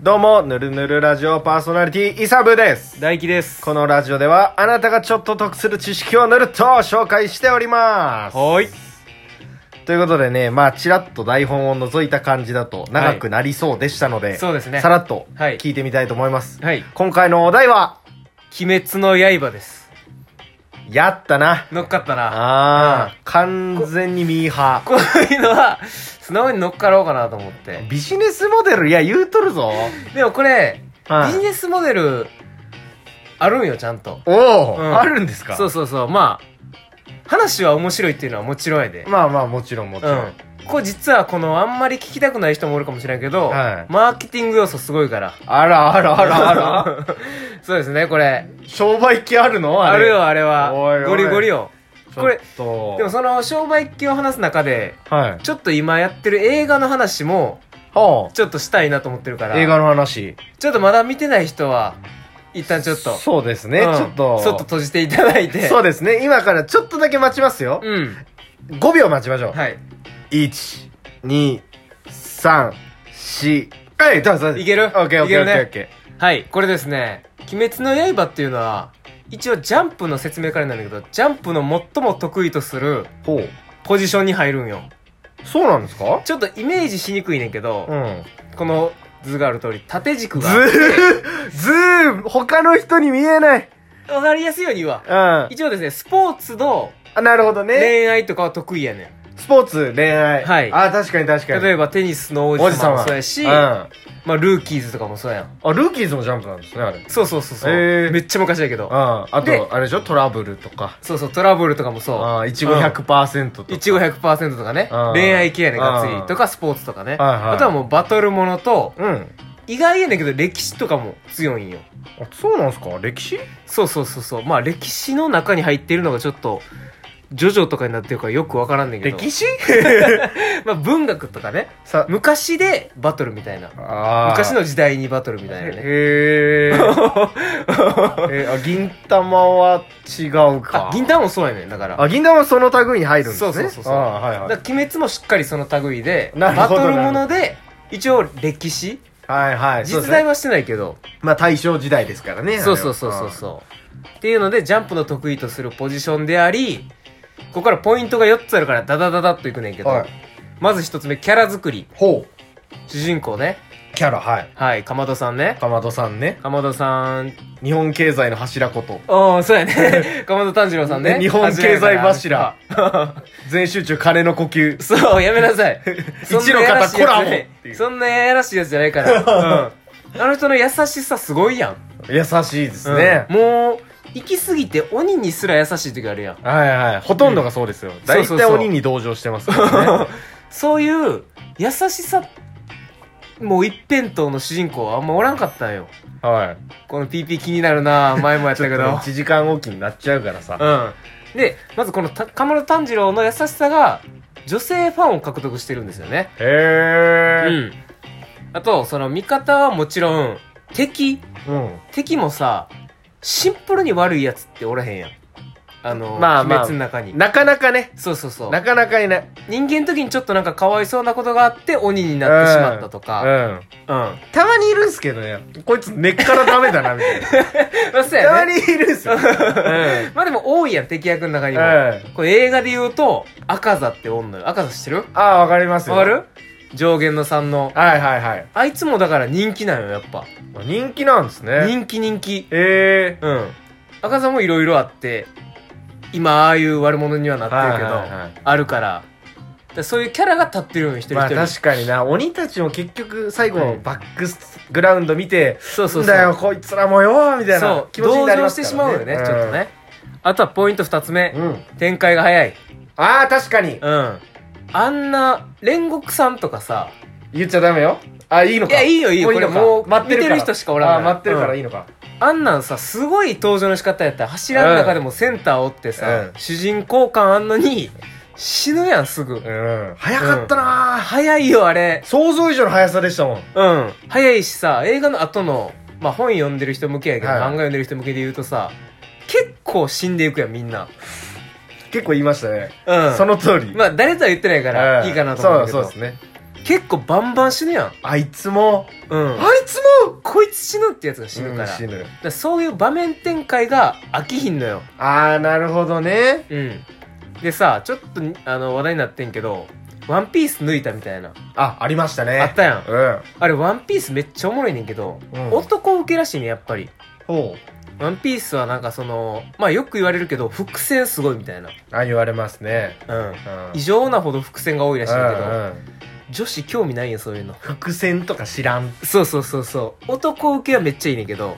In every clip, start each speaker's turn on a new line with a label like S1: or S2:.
S1: どうも、ぬるぬるラジオパーソナリティ、イサブです。
S2: 大輝です
S1: このラジオでは、あなたがちょっと得する知識をぬるっと紹介しております。
S2: はーい
S1: ということでね、まあ、ちらっと台本を除いた感じだと長くなりそうでしたので、
S2: そうですね
S1: さらっと
S2: はい
S1: 聞いてみたいと思います。
S2: はい
S1: 今回のお題は、
S2: 「鬼滅の刃」です
S1: やったな。
S2: 乗っかったな
S1: ああ、完全にミーハ
S2: こういうのは素直に乗っかろうかなと思って
S1: ー。ビジネスモデル、いや、言うとるぞ。
S2: でもこれ
S1: はい
S2: ビジネスモデルあるんよちゃんと
S1: おお、
S2: うん
S1: あるんですか
S2: そうそうそうまあ話は面白いっていうのはもちろんやで
S1: まあまあ、もちろんもちろん。
S2: うんこれ実はこのあんまり聞きたくない人もおるかもしれんけど、
S1: はい
S2: マーケティング要素すごいから
S1: あらあらあらあら。
S2: そうですねこれ
S1: 商売機あるの
S2: あ
S1: あれ
S2: るよあれは
S1: おいおい
S2: ゴリゴリよこれ
S1: ちょっと
S2: でもその商売機を話す中で
S1: はい
S2: ちょっと今やってる映画の話も
S1: は
S2: ちょっとしたいなと思ってるから
S1: あ映画の話
S2: ちょっとまだ見てない人は一旦ちょっと
S1: そうですね、
S2: うん
S1: ちょっと
S2: ちょっと閉じていただいて
S1: そう
S2: う
S1: ですね今からちょっとだけ待ちますよ、
S2: うん
S1: 5秒待ちましょう、
S2: はい
S1: 1234はいどうぞどうぞ
S2: いける
S1: オッケーオッ
S2: い
S1: ケ
S2: け
S1: ーオ
S2: る
S1: ッ
S2: ね
S1: ケーオッケ
S2: はいこれですね「鬼滅の刃」っていうのは一応ジャンプの説明からなんだけどジャンプの最も得意とする
S1: ーほう
S2: ポジションに入るんよ
S1: そうなんですか
S2: ちょっとイメージしにくいねんけど、
S1: うん
S2: この図がある通り縦軸
S1: ズ
S2: がわ
S1: ーズー他の人に見えない
S2: かりやすいようには
S1: うんあ
S2: 一応ですねスポーツの
S1: なるほどね
S2: 恋愛とかは得意やね
S1: スポーツ恋愛
S2: はい
S1: あ確かに確か
S2: ん
S1: に
S2: 例えばテニスの王
S1: お
S2: 子
S1: じさん
S2: 様も
S1: は
S2: そうやし、
S1: うん、あ
S2: まあ、ルーキーズとかもそうやん
S1: ルーキーズもジャンプなんですねあれ
S2: そうそうそうそう、
S1: へー
S2: めっちゃ昔だけど、
S1: うん。あ
S2: で
S1: と、あれでしょトラブルとか。
S2: そうそうトラブルとかもそう
S1: ああ、いちご100%とか。
S2: いちご100%とかね
S1: うん
S2: 恋愛系やねがっつ
S1: う
S2: り
S1: ん
S2: とかスポーツとか
S1: は
S2: ね
S1: いはい
S2: あとはもうバトルものと
S1: うん。
S2: 意外やねんけど歴史とかも強いんよ
S1: あ、そうなんすか歴史
S2: そうそうそうそうまあ歴史の中に入ってるのがちょっとジョジョとかになってるからよくわからんねんけど
S1: 史
S2: まあ文学とかね
S1: さ、
S2: 昔でバトルみたいな
S1: あ
S2: 昔の時代にバトルみたいなね
S1: へーえー。あ、銀玉は違うか
S2: あ。銀玉もそうやねんだから
S1: あ、銀玉はその類に入るんですね。
S2: そうそうそうそう
S1: あーはい
S2: だ
S1: は
S2: か
S1: い。
S2: ら鬼滅もしっかりその類で
S1: なるほ
S2: バ
S1: ど
S2: トルもので一応歴史
S1: はいはい。そう
S2: 実
S1: ですね
S2: 在はしてないけど
S1: まあ、大正時代ですからね。
S2: そうそうそうそうそう。っていうので、ジャンプの得意とするポジションであり、ここからポイントが4つあるから、ダダダダっといくねんけ
S1: う
S2: ど、
S1: はい。
S2: まず1つ目、キャラ作り。
S1: ほう。
S2: 主人公ね。
S1: キャラ、はい。
S2: はい、かまどさんね。
S1: かまどさんね。
S2: かまどさん、
S1: 日本経済の柱こと。
S2: おー、そうや ね。かまど炭治郎さんね。
S1: 日本経済
S2: 初めや
S1: 柱。 全集中金の呼吸。
S2: から。そう、やめなさい。そんなやらしい
S1: 一の方コ
S2: やつじゃない
S1: ラボっていう
S2: そんなやらしいやつじゃな いから。うん。あの人の優しさすごいやん。
S1: 優しいですね
S2: う。んもう、行き過ぎて鬼にすら優しい時あるやん。
S1: はいはい。ほとんどがそうですよ。大
S2: そ
S1: 体
S2: うそうそう
S1: 鬼に同情してます からね。
S2: そういう優しさもう一辺倒の主人公はあんまおらんかったんよ
S1: はい。
S2: この PP 気になるな前もや ったけど
S1: 1時間おきになっちゃうからさ。
S2: うんでまずこのた鎌田炭治郎の優しさが女性ファンを獲得してるんですよね
S1: へ
S2: う
S1: え。
S2: んあとその味方はもちろん敵
S1: うん。
S2: 敵もさシンプルに悪いやつっておらへんやんあの、
S1: まあまあ
S2: 鬼滅の中に
S1: なかなかね。
S2: そうそうそう
S1: なかなかいない。
S2: 人間の時にちょっとなんかかわいそうなことがあって鬼になってしまったと
S1: う
S2: か
S1: ん。
S2: うん
S1: たまにいるんすけどね。こいつ根っからダメだな、みたいな。
S2: まあそう
S1: たま
S2: やね。
S1: にいるんすよ。うん。
S2: まあでも多いやん、敵役の中にも。
S1: うん
S2: これ映画で言うと、赤座っておんのよ。赤座知ってるわ
S1: ああ、わかりますよ。
S2: かる上限の3の。
S1: はいはいはい。
S2: あいつもだから人気なんよ、やっぱ。
S1: 人気なんですね。
S2: 人気人気。
S1: ええ。
S2: うん。赤座もいろいろあって、今ああいう悪者にはなってるけど、
S1: はいはいはい
S2: あるから。だからそういうキャラが立ってるように一人
S1: ま
S2: 一
S1: あ
S2: 人。
S1: 確かにな、鬼たちも結局最後
S2: う
S1: の
S2: ん
S1: バックスグラウンド見て、
S2: そうそうそう。
S1: なんだよ、こいつらもよみたい
S2: そ
S1: な
S2: う。
S1: 気持ちになり
S2: 同情
S1: ま
S2: し
S1: す
S2: てし
S1: か
S2: まう
S1: ら
S2: よね、ちょっと。ね。あとはポイント2つ目。
S1: うん。
S2: 展開が早い。
S1: ああ、確かに。
S2: うん。あんな、煉獄さんとかさ、
S1: 言っちゃダメよ。あ、いいの
S2: い
S1: か。
S2: や、いいよ、いいよ。
S1: も
S2: こ
S1: ういい
S2: れ
S1: のか
S2: もう、
S1: 待ってる
S2: 見
S1: か
S2: て
S1: ら
S2: る人しかおらん
S1: あー待ってるからい
S2: い。
S1: いのか。
S2: あんなんさ、すごい登場の仕方やったら、柱の中でもセンターおってさ
S1: う、ん
S2: 主人公感あんのに、死ぬやん、すぐ。
S1: うん。早かったなー
S2: 早いよ、あれ。
S1: 想像以上の速さでしたもん。
S2: うん。早いしさ、映画の後の、まあ本読んでる人向けやけど、
S1: は
S2: 漫
S1: い
S2: 画読んでる人向けで言うとさ、結構死んでいくやん、みんな。
S1: 結構言いましたね。
S2: うん。
S1: その通り。
S2: まあ誰とは言ってないから、いいかなと思うけど。
S1: そうそうですね。
S2: 結構バンバン死ぬやん。
S1: あいつも、
S2: うん。
S1: あいつも
S2: こいつ死ぬってやつが死ぬから。
S1: うん死ぬ。
S2: だからそういう場面展開が飽きひんのよ。
S1: あー、なるほどね。
S2: うん。でさ、ちょっとにあの話題になってんけど、ワンピース抜いたみたいな。
S1: あ、ありましたね。
S2: あったやん。
S1: うん。
S2: あれ、ワンピースめっちゃおもろいねんけど、
S1: うん
S2: 男受けらしいね、やっぱり。
S1: ほ
S2: ワンピースはなんかその、まあよく言われるけど、伏線すごいみたいな。
S1: う。あ、言われますね。
S2: うん。
S1: うん。
S2: 異常なほど伏線が多いらしいんだけど、
S1: うんうん
S2: 女子興味ないよ、そういうの。
S1: 伏線とか知らん。
S2: そうそうそうそう。男受けはめっちゃいいねんけど。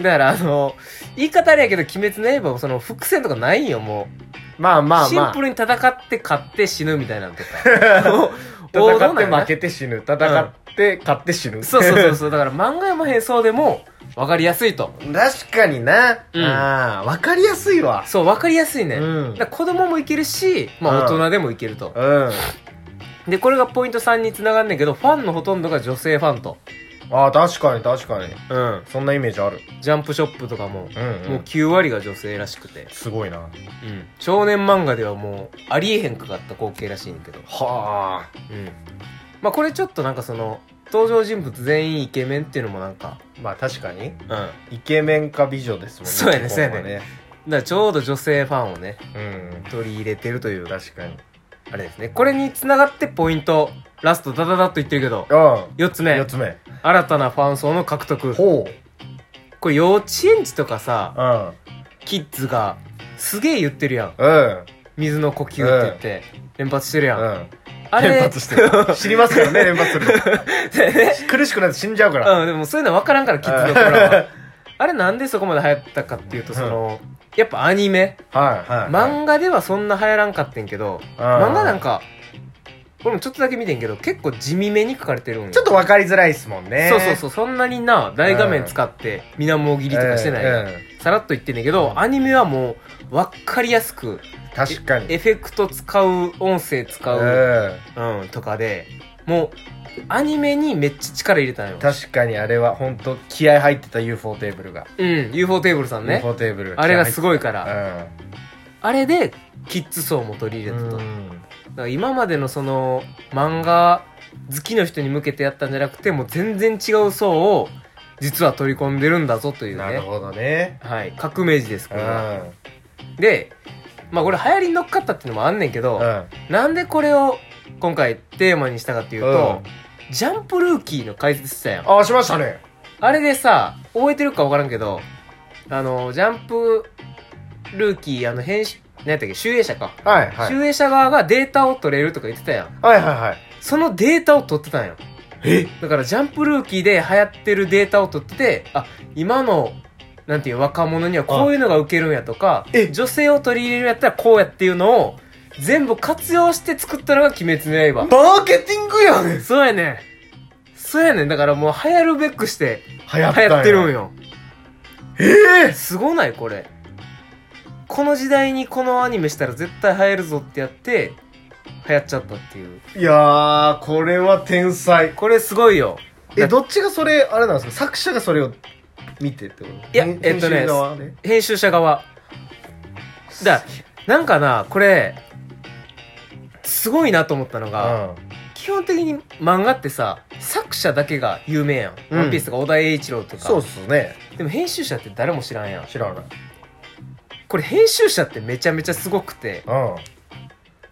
S2: だからあの、言い方あれやけど、鬼滅の刃もその伏線とかないんよ、もう。
S1: まあまあま
S2: シン
S1: あ
S2: プ。ルに戦って勝って死ぬみたいなのとか。 もう王
S1: 戦っ
S2: 道なん
S1: て
S2: やな
S1: 負けて死ぬ。戦って勝って死ぬ。
S2: そうそうそうそう。だから漫画も変装でも分かりやすいと。
S1: 確かにな。
S2: うん
S1: ああ、わかりやすいわ。
S2: そう、分かりやすいね。
S1: うん
S2: だから子供もいけるし、ま
S1: う
S2: あ
S1: ん
S2: 大人でもいけると。
S1: うん。
S2: で、これがポイント3につながんねんけど、ファンのほとんどが女性ファンと。
S1: ああ、確かに確かに。
S2: うん。
S1: そんなイメージある。
S2: ジャンプショップとかも、
S1: うん、うん。
S2: もう9割が女性らしくて。
S1: すごいな。
S2: うん。少年漫画ではもう、ありえへんかかった光景らしいんだけど。
S1: はあ。
S2: うん。まあこれちょっとなんかその、登場人物全員イケメンっていうのもなんか、
S1: まあ確かに。
S2: うん。だか
S1: イケメンか美女ですもんね。
S2: そうやね
S1: ここは
S2: そうやね。らちょうど女性ファンをね、
S1: うん。
S2: 取り入れてるという
S1: 確かに。
S2: あれですね。これに繋がってポイント、ラストダダダッと言ってるけど、
S1: う
S2: 4つ
S1: ん。四
S2: 目、
S1: つ目。
S2: 新たなファン層の獲得。
S1: ほう。
S2: これ幼稚園児とかさ、
S1: うん。
S2: キッズが、すげえ言ってるやん。
S1: うん。
S2: 水の呼吸って言って、連発してるやん。
S1: うん。
S2: あれ、
S1: 連発してる。知りますからね、連発するの。
S2: ね
S1: 苦しくなって死んじゃうから。
S2: うん、でもそういうの分からんから、キッズの頃は。あれなんでそこまで流行ったかっていうと、その、やっぱアニメ。
S1: はい、はい。
S2: 漫画ではそんな流行らんかってんけど、漫画な
S1: か。
S2: んか、俺もちょっとだけ見てんけど、結構地味めに書かれてるんよ
S1: ちょっとわかりづらいですもんね。
S2: そうそうそう、そんなにな、大画面使って、水面を切りとかしてないやん。
S1: うんうん
S2: さらっと言ってんだけど、アニメはもう、わっかりやすく、
S1: 確かに。
S2: エフェクト使う、音声使う、
S1: う
S2: うん、とかで、もう、アニメにめっちゃ力入れたのよ
S1: ん。。確かにあれは本当気合入ってた UFO テーブルが。
S2: うん、UFO テーブルさんね。
S1: UFO テーブル。
S2: あれがす
S1: い。
S2: ごいか
S1: う
S2: ら。
S1: ん。
S2: あれで、キッズ層も取り入れたと。
S1: う
S2: だか
S1: ん
S2: ら今までのその、漫画好きの人に向けてやったんじゃなくて、もう全然違う層を、実は取り込んでるんだぞという
S1: なる
S2: ね。
S1: ほどね。
S2: はい。革命児です、こ
S1: うん。
S2: れは。
S1: うん。
S2: で、まあこれ流行りに乗っかったっていうのもあんねんけど、
S1: あ
S2: なんでこれを今回テーマにしたかっていうと、ジャンプルーキーの解説してたやん。あ
S1: あ、しましたね。
S2: れでさ、覚えてるかわからんけど、あの、ジャンプルーキー、あの、編集、何やったっけ、集英社か。
S1: はい、はい。
S2: 集英社側がデータを取れるとか言ってたやん。
S1: はい、はい、はい。
S2: そのデータを取ってたんやん。
S1: え
S2: だからジャンプルーキーで流行ってるデータを取ってて、あ、今の、なんていう若者にはこういうのがウケるんやとか
S1: え、
S2: 女性を取り入れるんやったらこうやっていうのを、全部活用して作ったのが鬼滅の刃。
S1: マーケティングやねん
S2: そうやねん。そうやねん。だからもう流行るべくして
S1: 流
S2: 流
S1: 行ったんや
S2: 行ってるんよ。
S1: ええ
S2: すごないこれ。この時代にこのアニメしたら絶対流行るぞってやって、流行っちゃったっていう。
S1: いやー、これは天才。
S2: これすごいよ。
S1: え、どっちがそれ、あれなんですか作者がそれを見てってこと
S2: いや
S1: 編
S2: えっとね
S1: 編集側で
S2: 編集者側。だ、なんかな、これ、すごいなと思ったのが、基本的に漫画ってさ、作者だけが有名やん。
S1: うん
S2: ワンピースとか小田栄一郎と
S1: うん。
S2: か。
S1: そうっすね。
S2: でも編集者って誰も知らんやん。
S1: 知らない。
S2: これ編集者ってめちゃめちゃすごくて、
S1: うん。はい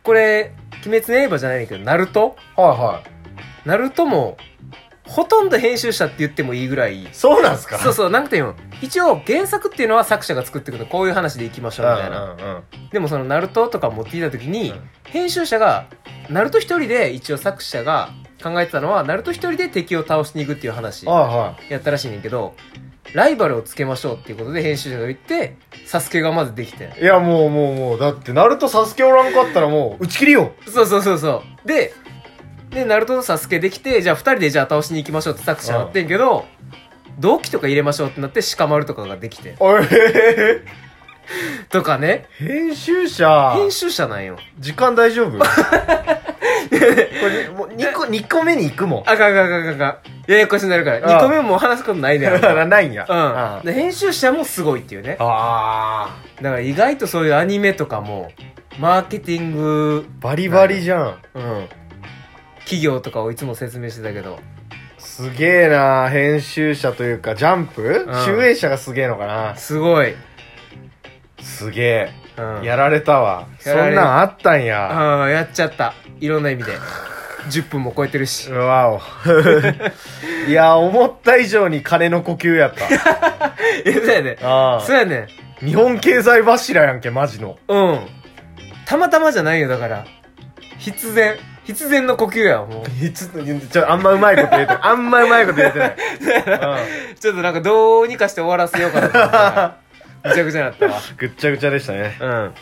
S2: これ、鬼滅の刃じゃないねんだけど、ナルト
S1: はい。
S2: ナルトも、ほとんど編集者って言ってもいいぐらい。
S1: そうなんすか
S2: そうそう、なんていうの一応原作っていうのは作者が作ってくるこういう話でいきましょうみたいな。
S1: うんうんうん
S2: でもそのナルトとか持ってきた時に、
S1: うん
S2: 編集者がナルト一人で一応作者が考えてたのはナルト一人で敵を倒しに行くっていう話
S1: ああはい
S2: やったらしいねんけどライバルをつけましょうっていうことで編集者が言ってサスケがまずできて
S1: いやもうもうもうだってナルトサスケおらんかったらもう打ち切りよ
S2: そうそうそうそうででナルトとサスケできてじゃあ二人でじゃあ倒しに行きましょうって作者になってんけど、同期とか入れましょうってなって鹿丸とかができて
S1: おいえ
S2: とかね
S1: ー編集者
S2: 編集者なんよ
S1: 時間大 丈夫これもう2個二個目に行くもん
S2: あかんあかんあかんあかんややこしになるから
S1: あ
S2: 2個目も話すこ と ないね
S1: ないんや
S2: うん、で編集者もすごいっていうねだか
S1: あ
S2: ら意外とそういうアニメとかもマーケティング、
S1: ーバリバリじゃん
S2: うん、企業とかをいつも説明してたけど
S1: すげえな編集者というかジャンプ、
S2: うん
S1: 集英社がすげえのかな
S2: すごい、
S1: すげ
S2: うん、
S1: え、やられたわそ
S2: やられ
S1: んなんあったんや、
S2: ああやっちゃったいろん な意味で10分も超えてる
S1: う
S2: し
S1: わ おいや思った以上に金の呼吸やった
S2: え そうやね
S1: あ
S2: そうやね
S1: あ日本経済柱やんけマジの
S2: うんたまたまじゃないよだから必然必然の呼吸やわもう
S1: いつちょあんまうまいこと言えてあんまうまいこと言えて ない、
S2: ちょっとなんかどうにかして終わらせようかなと思った らぐちゃぐちゃになったわ
S1: うん、ぐっちゃぐちゃでしたね
S2: うん
S1: まあ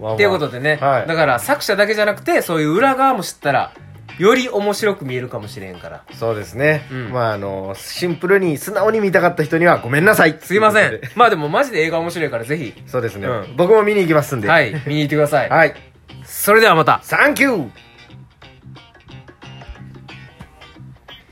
S1: まあ
S2: っていうことでね、
S1: はい
S2: だから作者だけじゃなくてそういう裏側も知ったらより面白く見えるかもしれんから
S1: そうですね、
S2: うん
S1: まああのシンプルに素直に見たかった人にはごめんなさい
S2: すいませ
S1: とい うんことで
S2: まあでもマジで映画面白いからぜひ
S1: そうですね、
S2: うん
S1: 僕も見に行きますんで
S2: は
S1: はい、
S2: い見に行ってくださいそれではまた
S1: サンキュー